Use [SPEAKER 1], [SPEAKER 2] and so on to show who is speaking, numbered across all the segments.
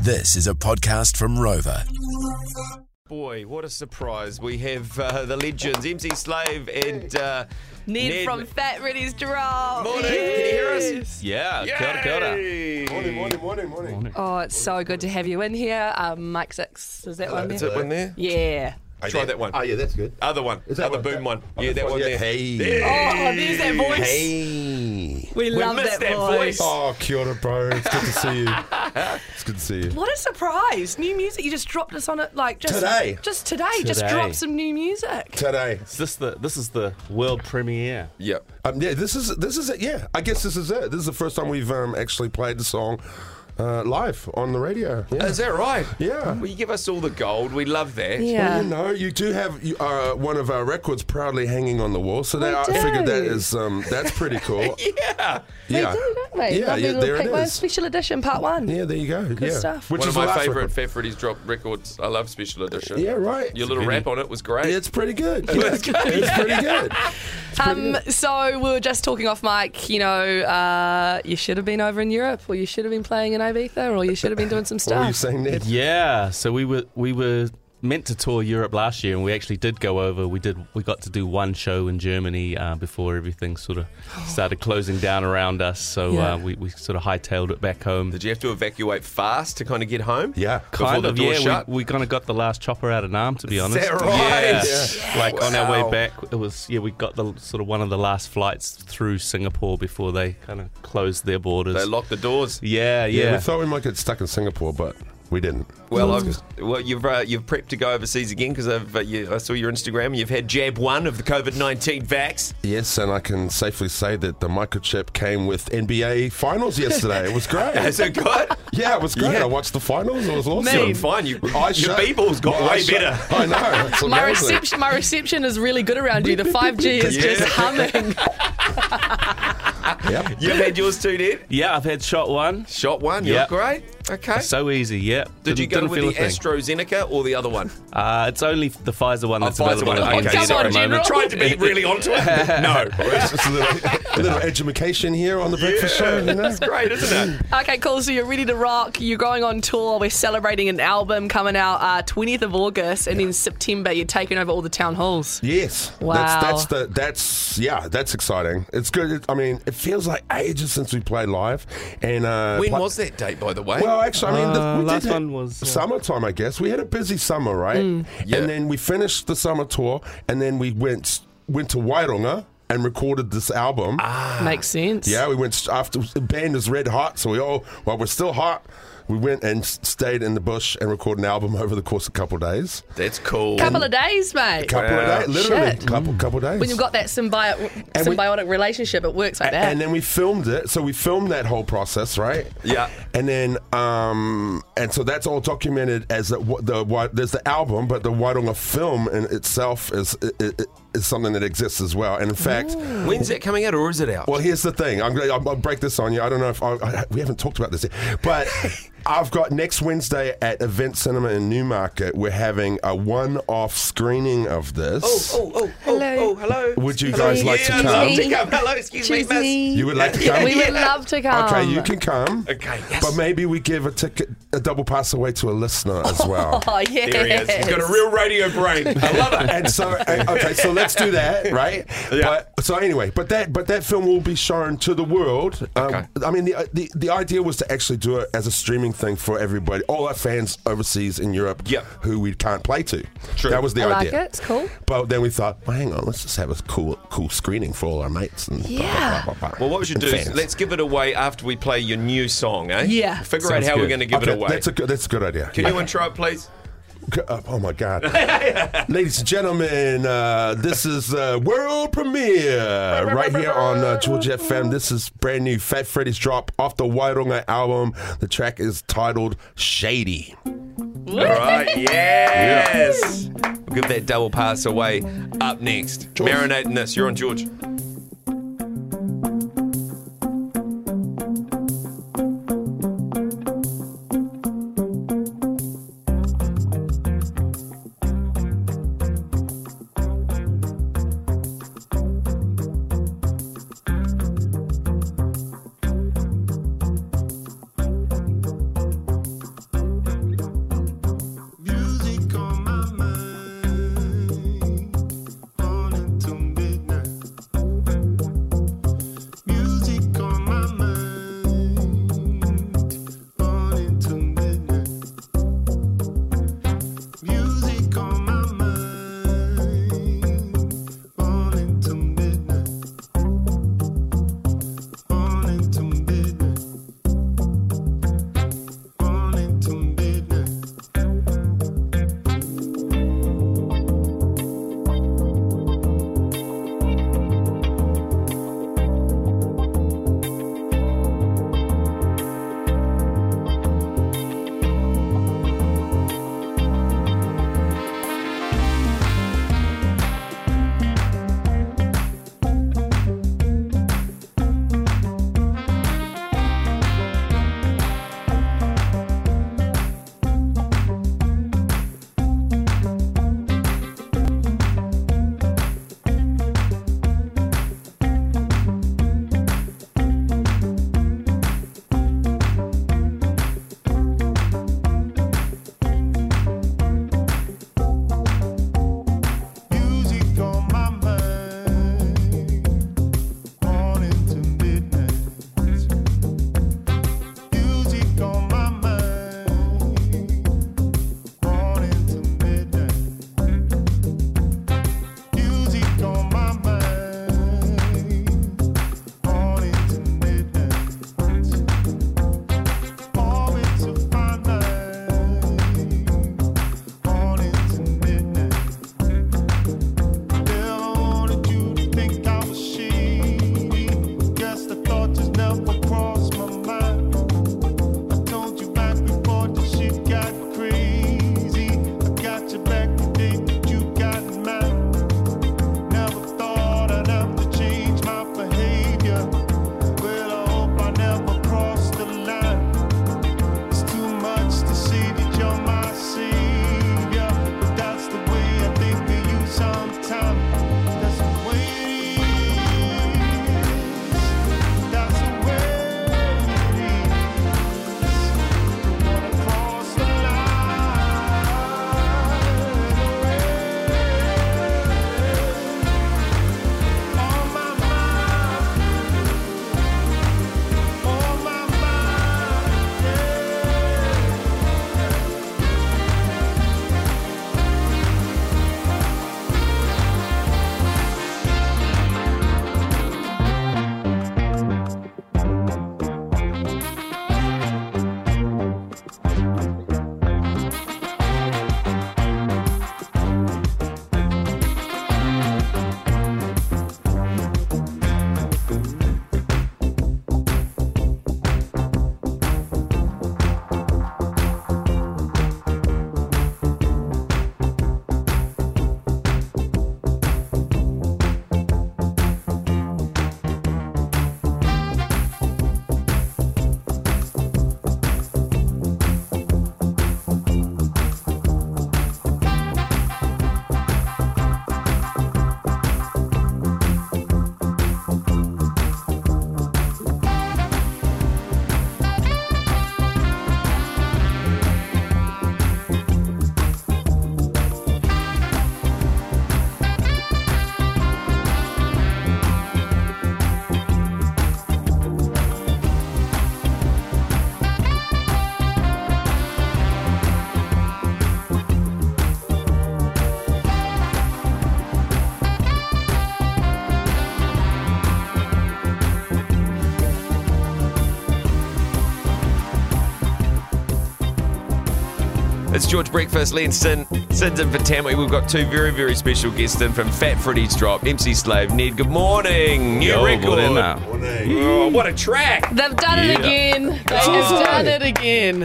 [SPEAKER 1] This is a podcast from Rover.
[SPEAKER 2] Boy, what a surprise. We have uh, the legends, MC Slave and uh,
[SPEAKER 3] Ned,
[SPEAKER 2] Ned-
[SPEAKER 3] from Fat Ready's to Roll.
[SPEAKER 2] Morning, can you hear us? Yeah, kia ora, kia ora.
[SPEAKER 4] Morning, morning, morning, morning.
[SPEAKER 3] Oh, it's so good to have you in here. Um, Mike Six, is that one
[SPEAKER 2] Is
[SPEAKER 3] there?
[SPEAKER 2] it one there?
[SPEAKER 3] Yeah.
[SPEAKER 2] Try that one.
[SPEAKER 4] Oh, yeah, that's good.
[SPEAKER 2] Other one.
[SPEAKER 4] Is that
[SPEAKER 2] Other
[SPEAKER 4] one?
[SPEAKER 2] boom one.
[SPEAKER 4] Oh,
[SPEAKER 2] Yeah,
[SPEAKER 4] this
[SPEAKER 2] that
[SPEAKER 4] one,
[SPEAKER 2] one
[SPEAKER 4] yeah.
[SPEAKER 2] there.
[SPEAKER 4] Hey.
[SPEAKER 2] There.
[SPEAKER 3] Oh, there's that voice.
[SPEAKER 4] Hey.
[SPEAKER 3] We, love
[SPEAKER 2] missed
[SPEAKER 3] that,
[SPEAKER 2] that
[SPEAKER 3] voice.
[SPEAKER 2] voice.
[SPEAKER 4] Oh, kia ora, bro. It's good to see you. It's good to see you.
[SPEAKER 3] What a surprise! New music. You just dropped us on it like just
[SPEAKER 4] Today.
[SPEAKER 3] Just today, just
[SPEAKER 5] Today.
[SPEAKER 3] dropped some new music.
[SPEAKER 4] Today.
[SPEAKER 5] Is this the this is the world premiere?
[SPEAKER 2] Yep.
[SPEAKER 4] Um, yeah, this is this is it. Yeah, I guess this is it. This is the first time we've um, actually played the song uh, live on the radio. Yeah.
[SPEAKER 2] Is that right?
[SPEAKER 4] Yeah.
[SPEAKER 2] Well, you give us all the gold. We love that.
[SPEAKER 4] Well, you
[SPEAKER 3] Yeah.
[SPEAKER 4] know, you do have you, uh, one of our records proudly hanging on the wall, so that I
[SPEAKER 3] do.
[SPEAKER 4] figured that is um, that's pretty cool.
[SPEAKER 2] Yeah.
[SPEAKER 4] yeah,
[SPEAKER 3] They do, don't they?
[SPEAKER 4] yeah,
[SPEAKER 3] Lovely
[SPEAKER 4] yeah.
[SPEAKER 3] little
[SPEAKER 4] There it
[SPEAKER 3] Pink Wine
[SPEAKER 4] is.
[SPEAKER 3] special edition part one.
[SPEAKER 4] Yeah, there you go. Good yeah,
[SPEAKER 3] stuff.
[SPEAKER 4] which
[SPEAKER 2] one
[SPEAKER 4] is
[SPEAKER 2] of
[SPEAKER 4] the
[SPEAKER 2] my
[SPEAKER 4] last
[SPEAKER 2] favourite
[SPEAKER 4] record.
[SPEAKER 2] Fat Freddy's drop records. I love Special Edition.
[SPEAKER 4] Yeah, right.
[SPEAKER 2] Your little rap on it was great.
[SPEAKER 4] It's pretty good. Yeah, it's pretty good.
[SPEAKER 3] Um, so we were just talking off mic, you know, uh, you should have been over in Europe, or you should have been playing in Ibiza, or you should have been doing some
[SPEAKER 4] What were you
[SPEAKER 3] stuff.
[SPEAKER 4] saying, Ned?
[SPEAKER 5] Yeah. So we were we were meant to tour Europe last year, and we actually did go over. We did we got to do one show in Germany uh, before everything sort of started closing down around us. So
[SPEAKER 3] Yeah.
[SPEAKER 5] uh, we we sort of hightailed it back home.
[SPEAKER 2] Did you have to evacuate fast to kind of get home?
[SPEAKER 4] Yeah.
[SPEAKER 2] Before
[SPEAKER 5] kind
[SPEAKER 2] the
[SPEAKER 5] of
[SPEAKER 2] door
[SPEAKER 5] yeah.
[SPEAKER 2] shut?
[SPEAKER 5] We, we kind of got the last chopper out of Nam, to be honest.
[SPEAKER 2] that right?
[SPEAKER 5] Yeah.
[SPEAKER 2] Yeah.
[SPEAKER 5] Like on our
[SPEAKER 2] Wow.
[SPEAKER 5] way back, it was yeah. We got the sort of one of the last flights through Singapore before they kind of closed their borders.
[SPEAKER 2] They locked the doors.
[SPEAKER 5] yeah, yeah.
[SPEAKER 4] We thought we might get stuck in Singapore, but we didn't.
[SPEAKER 2] Well,
[SPEAKER 3] Mm.
[SPEAKER 2] I've, well, you've uh, you've prepped to go overseas again because I've uh, you, I saw your Instagram. You've had jab one of the COVID nineteen vax.
[SPEAKER 4] Yes, and I can safely say that the microchip came with NBA finals yesterday. It was great.
[SPEAKER 2] Is it good?
[SPEAKER 4] yeah, it was great.
[SPEAKER 2] Yeah.
[SPEAKER 4] I watched the finals. It was awesome.
[SPEAKER 2] Doing fine. You,
[SPEAKER 4] I
[SPEAKER 2] your
[SPEAKER 4] shut-
[SPEAKER 2] B-ball's got
[SPEAKER 4] I
[SPEAKER 2] way
[SPEAKER 4] shut-
[SPEAKER 2] better.
[SPEAKER 4] I know. It's
[SPEAKER 3] My
[SPEAKER 4] amazing.
[SPEAKER 3] reception, my reception is really good around you. The 5G is
[SPEAKER 2] Yeah.
[SPEAKER 3] just humming.
[SPEAKER 4] Yep.
[SPEAKER 2] You've had yours too, Ned.
[SPEAKER 5] Yeah, I've had shot one.
[SPEAKER 2] Shot one. You're
[SPEAKER 5] Yeah.
[SPEAKER 2] great. Okay.
[SPEAKER 5] So easy, yeah.
[SPEAKER 2] Did you go
[SPEAKER 5] didn't
[SPEAKER 2] with
[SPEAKER 5] feel a
[SPEAKER 2] the
[SPEAKER 5] thing.
[SPEAKER 2] AstraZeneca or the other one?
[SPEAKER 5] Uh, it's only the Pfizer one that's
[SPEAKER 2] Oh, Pfizer
[SPEAKER 5] available.
[SPEAKER 2] one.
[SPEAKER 5] at
[SPEAKER 2] Okay,
[SPEAKER 5] the moment.
[SPEAKER 3] sorry. Come on, General.
[SPEAKER 2] Tried to be really onto it. No.
[SPEAKER 4] It's just a little, a little education here on the breakfast show. You know?
[SPEAKER 2] That's great, isn't it?
[SPEAKER 3] Okay, cool. So you're ready to rock. You're going on tour. We're celebrating an album coming out uh, 20th of August, and then September you're taking over all the town halls.
[SPEAKER 4] Yes.
[SPEAKER 3] Wow.
[SPEAKER 4] That's, that's the that's yeah. That's exciting. It's good. It, I mean, it feels like ages since we played live. And uh,
[SPEAKER 2] When
[SPEAKER 4] pla-
[SPEAKER 2] was that date, by the way?
[SPEAKER 4] Well, actually, I mean, the,
[SPEAKER 5] Uh,
[SPEAKER 4] we did
[SPEAKER 5] last
[SPEAKER 4] ha-
[SPEAKER 5] one was, uh,
[SPEAKER 4] summertime. I guess we had a busy summer, right?
[SPEAKER 2] Yeah.
[SPEAKER 4] And then we finished the summer tour, and then we went went to Wairanga and recorded this album.
[SPEAKER 3] Makes sense.
[SPEAKER 4] Ah. Yeah, we went st- after the band was red hot, so we all while we're still hot, we went and s- stayed in the bush and recorded an album over the course of a couple of days.
[SPEAKER 2] That's cool.
[SPEAKER 3] Couple of days, mate.
[SPEAKER 4] Couple of days, literally,
[SPEAKER 3] Shit.
[SPEAKER 5] Mm.
[SPEAKER 4] couple couple days.
[SPEAKER 3] When you've got that symbi-
[SPEAKER 4] And we-
[SPEAKER 3] symbiotic relationship, it works like that.
[SPEAKER 4] and then we filmed it. So we filmed that whole process, right?
[SPEAKER 2] Yeah.
[SPEAKER 4] And then, um, and so that's all documented as the, wh- the wh- there's the album, but the Wairanga film in itself is i- i- i- is something that exists as well. And in fact,
[SPEAKER 2] When's that coming out, or is it out?
[SPEAKER 4] well, here's the thing. I'm gonna, I'll, I'll break this on you. I don't know if I, I, we haven't talked about this, yet, but I've got next Wednesday at Event Cinema in Newmarket. We're having a one-off screening of this.
[SPEAKER 2] oh, oh, hello. oh, hello.
[SPEAKER 4] Would you guys like to
[SPEAKER 2] yeah, I'd love
[SPEAKER 4] come?
[SPEAKER 2] to come. Hello, excuse me, miss.
[SPEAKER 4] You would like to come?
[SPEAKER 3] we would love to come.
[SPEAKER 4] Okay, you can come.
[SPEAKER 2] Okay, yes.
[SPEAKER 4] But maybe we give a ticket, a double pass away to a listener as well.
[SPEAKER 3] Oh, yes.
[SPEAKER 2] There he is. He's got a real radio brain. I love it.
[SPEAKER 4] And so, and- okay, so let's do that, right?
[SPEAKER 2] Yeah.
[SPEAKER 4] But, so anyway, but that but that film will be shown to the world. Um,
[SPEAKER 2] Okay.
[SPEAKER 4] I mean, the, the the idea was to actually do it as a streaming thing for everybody, all our fans overseas in Europe,
[SPEAKER 2] Yeah.
[SPEAKER 4] who we can't play to.
[SPEAKER 2] True.
[SPEAKER 4] That was the
[SPEAKER 3] I like
[SPEAKER 4] idea.
[SPEAKER 3] it. It's cool.
[SPEAKER 4] But then we thought, well, hang on, let's just have a cool cool screening for all our mates. And blah, blah,
[SPEAKER 3] Yeah.
[SPEAKER 4] blah, blah, blah,
[SPEAKER 2] Well, what we should
[SPEAKER 4] and
[SPEAKER 2] do is
[SPEAKER 4] fans.
[SPEAKER 2] let's give it away after we play your new song, eh?
[SPEAKER 3] Yeah.
[SPEAKER 2] Figure
[SPEAKER 5] Sounds
[SPEAKER 2] out how we're
[SPEAKER 5] good.
[SPEAKER 2] going to give
[SPEAKER 4] Okay,
[SPEAKER 2] it away.
[SPEAKER 4] That's a good. That's a good idea.
[SPEAKER 2] Can you intro it, please?
[SPEAKER 4] C- uh, Oh my God. Ladies and gentlemen, uh, this is uh, world premiere right here on uh, George FM. This is brand new Fat Freddy's drop off the Wairunga album. The track is titled Shady.
[SPEAKER 2] All right, yes. We'll give that double pass away up next. Marinate in this. You're on George. It's George Breakfast, Lee and Sin. Sin's in for Tammy. We've got two very, very special guests in from Fat Freddy's Drop, MC Slave, Ned. Good morning. New
[SPEAKER 5] Yo,
[SPEAKER 2] record.
[SPEAKER 5] morena.
[SPEAKER 2] Oh, what a track.
[SPEAKER 3] They've done it
[SPEAKER 5] Yeah.
[SPEAKER 3] again. They have
[SPEAKER 4] awesome.
[SPEAKER 3] done it again.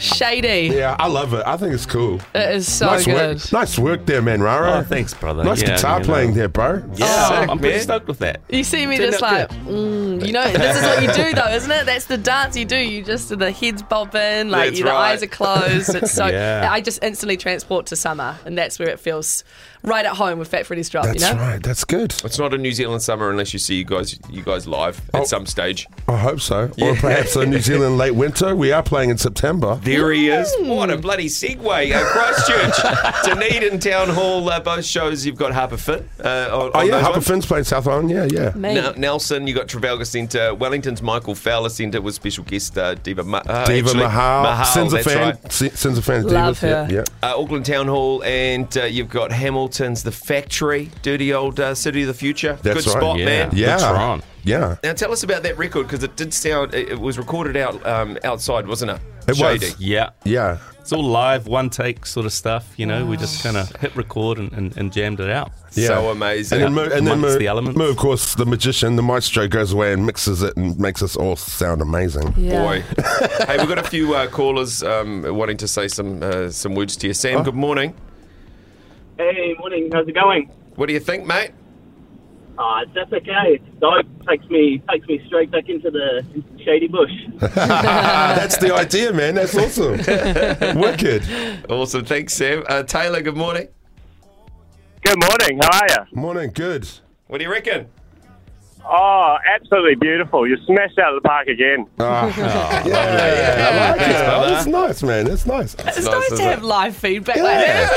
[SPEAKER 3] Shady.
[SPEAKER 4] Yeah, I love it. I think it's cool.
[SPEAKER 3] It is so
[SPEAKER 4] nice
[SPEAKER 3] Oh, good.
[SPEAKER 4] work. Nice work there, man, Rara.
[SPEAKER 5] Oh, thanks, brother.
[SPEAKER 4] Nice
[SPEAKER 5] Yeah,
[SPEAKER 4] guitar
[SPEAKER 5] you know.
[SPEAKER 4] playing there, bro.
[SPEAKER 5] Yeah,
[SPEAKER 2] Sick,
[SPEAKER 5] I'm pretty
[SPEAKER 2] man.
[SPEAKER 5] stoked with that.
[SPEAKER 3] You see me
[SPEAKER 5] Didn't
[SPEAKER 3] just
[SPEAKER 5] look
[SPEAKER 3] like,
[SPEAKER 5] good.
[SPEAKER 3] mm, you know, this is what you do though, isn't it? That's the dance you do. You just the heads bob in, like
[SPEAKER 2] That's
[SPEAKER 3] you, the
[SPEAKER 2] right.
[SPEAKER 3] eyes are closed. It's so
[SPEAKER 5] Yeah.
[SPEAKER 3] I just instantly transport to summer, and that's where it feels right at home with Fat Freddy's Drop.
[SPEAKER 4] That's
[SPEAKER 3] Oh, you know,
[SPEAKER 4] right. That's good.
[SPEAKER 2] It's not a New Zealand summer unless you see you guys you guys live
[SPEAKER 4] Oh.
[SPEAKER 2] at some stage.
[SPEAKER 4] I hope so. Or
[SPEAKER 2] Yeah.
[SPEAKER 4] perhaps a New Zealand late winter. We are playing in September.
[SPEAKER 2] There he is. What a bloody segue. Uh, Christchurch, Dunedin Town Hall. Uh, both shows you've got Harper Finn. Uh, on,
[SPEAKER 4] Oh,
[SPEAKER 2] on
[SPEAKER 4] yeah.
[SPEAKER 2] those
[SPEAKER 4] Harper
[SPEAKER 2] ones.
[SPEAKER 4] Finn's playing South Island. Yeah, yeah.
[SPEAKER 3] Me.
[SPEAKER 2] N- Nelson, you got Trafalgar Centre. Wellington's Michael Fowler Centre with special guest uh, Diva, Ma- uh,
[SPEAKER 4] Diva
[SPEAKER 2] actually,
[SPEAKER 4] Mahal. Sins a
[SPEAKER 2] that's
[SPEAKER 4] fan.
[SPEAKER 2] right.
[SPEAKER 4] Si- Sins a fan. of
[SPEAKER 3] Love
[SPEAKER 4] Divas. Yeah,
[SPEAKER 3] her.
[SPEAKER 4] Yeah.
[SPEAKER 2] Uh, Auckland Town Hall, and uh, you've got Hamilton's The Factory, dirty old uh, city of the future.
[SPEAKER 4] That's
[SPEAKER 2] Good
[SPEAKER 4] right,
[SPEAKER 2] spot,
[SPEAKER 5] yeah.
[SPEAKER 2] man.
[SPEAKER 5] Yeah. Looks
[SPEAKER 4] Yeah.
[SPEAKER 5] wrong.
[SPEAKER 4] Yeah.
[SPEAKER 2] Now tell us about that record because it did sound. It, it was recorded out um, outside, wasn't it?
[SPEAKER 4] It was.
[SPEAKER 5] Yeah.
[SPEAKER 4] Yeah.
[SPEAKER 5] It's all live, one take sort of stuff. You know, we just kind of hit record and, and, and jammed it out.
[SPEAKER 4] Yeah.
[SPEAKER 2] So amazing.
[SPEAKER 4] And then, Mo, and then
[SPEAKER 5] Amongst
[SPEAKER 4] Mo,
[SPEAKER 5] the elements.
[SPEAKER 4] Mo, of course, the magician, the maestro, goes away and mixes it and makes us all sound amazing.
[SPEAKER 3] Yeah.
[SPEAKER 2] Boy, hey, we've got a few uh, callers um, wanting to say some uh, some words to you. Sam, good morning.
[SPEAKER 6] Hey, morning. How's it going?
[SPEAKER 2] What do you think, mate?
[SPEAKER 6] Ah, that's okay. Dog takes me takes me straight back into the shady bush.
[SPEAKER 4] Ah, That's the idea, man. That's awesome. Wicked.
[SPEAKER 2] Awesome, thanks, Sam. Uh, Taylor, good morning.
[SPEAKER 7] Good morning. How are you?
[SPEAKER 4] Morning. Good.
[SPEAKER 2] What do you reckon?
[SPEAKER 7] Oh, absolutely beautiful. You smashed out of the park again.
[SPEAKER 4] Yeah, I like it. Oh, That's nice, man. That's nice.
[SPEAKER 3] It's
[SPEAKER 2] Nice,
[SPEAKER 3] nice,
[SPEAKER 2] isn't
[SPEAKER 3] to have
[SPEAKER 2] it?
[SPEAKER 3] live feedback like that,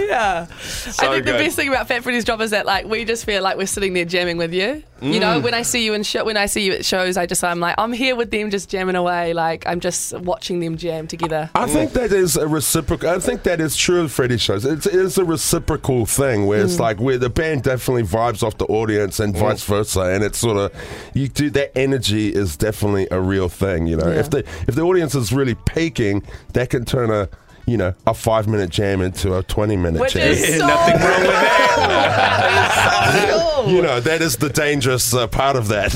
[SPEAKER 3] isn't it? Yeah. I think
[SPEAKER 2] good.
[SPEAKER 3] the best thing about Fat Freddy's job is that like we just feel like we're sitting there jamming with you. You
[SPEAKER 2] Mm.
[SPEAKER 3] know, when I see you in show, when I see you at shows, I just I'm like I'm here with them just jamming away. Like I'm just watching them jam together.
[SPEAKER 4] I think that is a reciprocal. I think that is true of Freddie shows. It's, it is a reciprocal thing where it's like where the band definitely vibes off the audience and vice versa, and it's sort of you do that energy is definitely a real thing. You know,
[SPEAKER 3] Yeah.
[SPEAKER 4] if the if the audience is really peaking, that can turn a you know a five minute jam into a twenty minute
[SPEAKER 3] Which
[SPEAKER 4] jam.
[SPEAKER 3] is so
[SPEAKER 2] nothing wrong with
[SPEAKER 3] that.
[SPEAKER 4] you know, that is the dangerous uh, part of that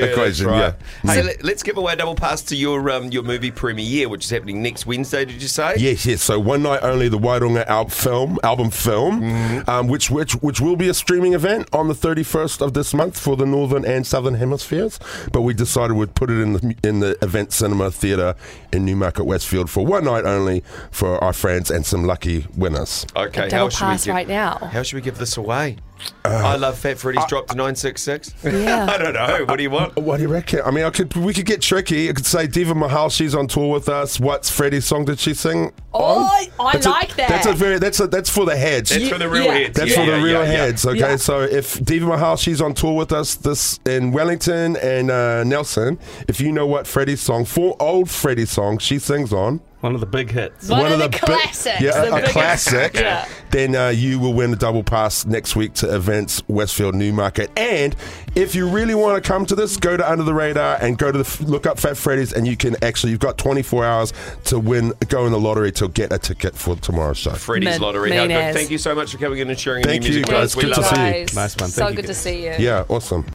[SPEAKER 4] equation.
[SPEAKER 2] right.
[SPEAKER 4] Yeah. Mm. Hmm.
[SPEAKER 2] Hey, let- let's give away a double pass to your um, your movie premiere, which is happening next Wednesday. Did you say?
[SPEAKER 4] Yes, yes. So one night only, the Wairanga al- film album film, um, which which which will be a streaming event on the thirty first of this month for the northern and southern hemispheres. But we decided we'd put it in the in the event cinema theatre in Newmarket Westfield for one night only for our friends and some lucky winners.
[SPEAKER 2] Okay.
[SPEAKER 3] double
[SPEAKER 2] should we
[SPEAKER 3] pass
[SPEAKER 2] give-
[SPEAKER 3] right now.
[SPEAKER 2] How should we give this away?
[SPEAKER 4] Uh,
[SPEAKER 2] I love Fat Freddy's drop to nine six six.
[SPEAKER 3] Yeah.
[SPEAKER 2] I don't know. What do you want?
[SPEAKER 4] What do you reckon? I mean, I could we could get tricky. I could say Diva Mahal, she's on tour with us. What's Freddie's song did she sing?
[SPEAKER 3] Oh,
[SPEAKER 4] on?
[SPEAKER 3] I
[SPEAKER 4] That's a-
[SPEAKER 3] like that.
[SPEAKER 4] That's a very that's a that's for the heads.
[SPEAKER 2] That's
[SPEAKER 3] You-
[SPEAKER 2] for the real
[SPEAKER 3] yeah.
[SPEAKER 2] heads.
[SPEAKER 4] That's
[SPEAKER 2] Yeah,
[SPEAKER 4] for the
[SPEAKER 2] yeah,
[SPEAKER 4] real
[SPEAKER 2] yeah, yeah.
[SPEAKER 4] heads, okay?
[SPEAKER 3] Yeah.
[SPEAKER 4] So if Diva Mahal, she's on tour with us this in Wellington and uh, Nelson. If you know what Freddie's song, four old Freddie's song she sings on,
[SPEAKER 5] One of the big hits.
[SPEAKER 3] One, of, the,
[SPEAKER 4] bi-
[SPEAKER 3] classics.
[SPEAKER 4] yeah,
[SPEAKER 3] the
[SPEAKER 4] a- a,
[SPEAKER 3] biggest-
[SPEAKER 4] classic,
[SPEAKER 3] Yeah.
[SPEAKER 4] then uh, you will win a double pass next week to events Westfield Newmarket. And if you really want to come to this, go to Under the Radar and go to the f- look up Fat Freddy's, and you can actually you've got 24 hours to win, go in the lottery to get a ticket for tomorrow's show.
[SPEAKER 2] Freddy's
[SPEAKER 3] Mid-
[SPEAKER 2] lottery. How good.
[SPEAKER 3] millionaires.
[SPEAKER 2] Thank you so much for coming in and sharing
[SPEAKER 4] Thank
[SPEAKER 2] your
[SPEAKER 4] you,
[SPEAKER 2] music. with
[SPEAKER 4] guys.
[SPEAKER 2] us. We
[SPEAKER 4] Good to
[SPEAKER 2] love it.
[SPEAKER 4] see you.
[SPEAKER 3] Guys,
[SPEAKER 5] Nice one.
[SPEAKER 3] So
[SPEAKER 5] Thank you,
[SPEAKER 3] good to
[SPEAKER 5] guys.
[SPEAKER 3] see you.
[SPEAKER 4] Yeah, awesome.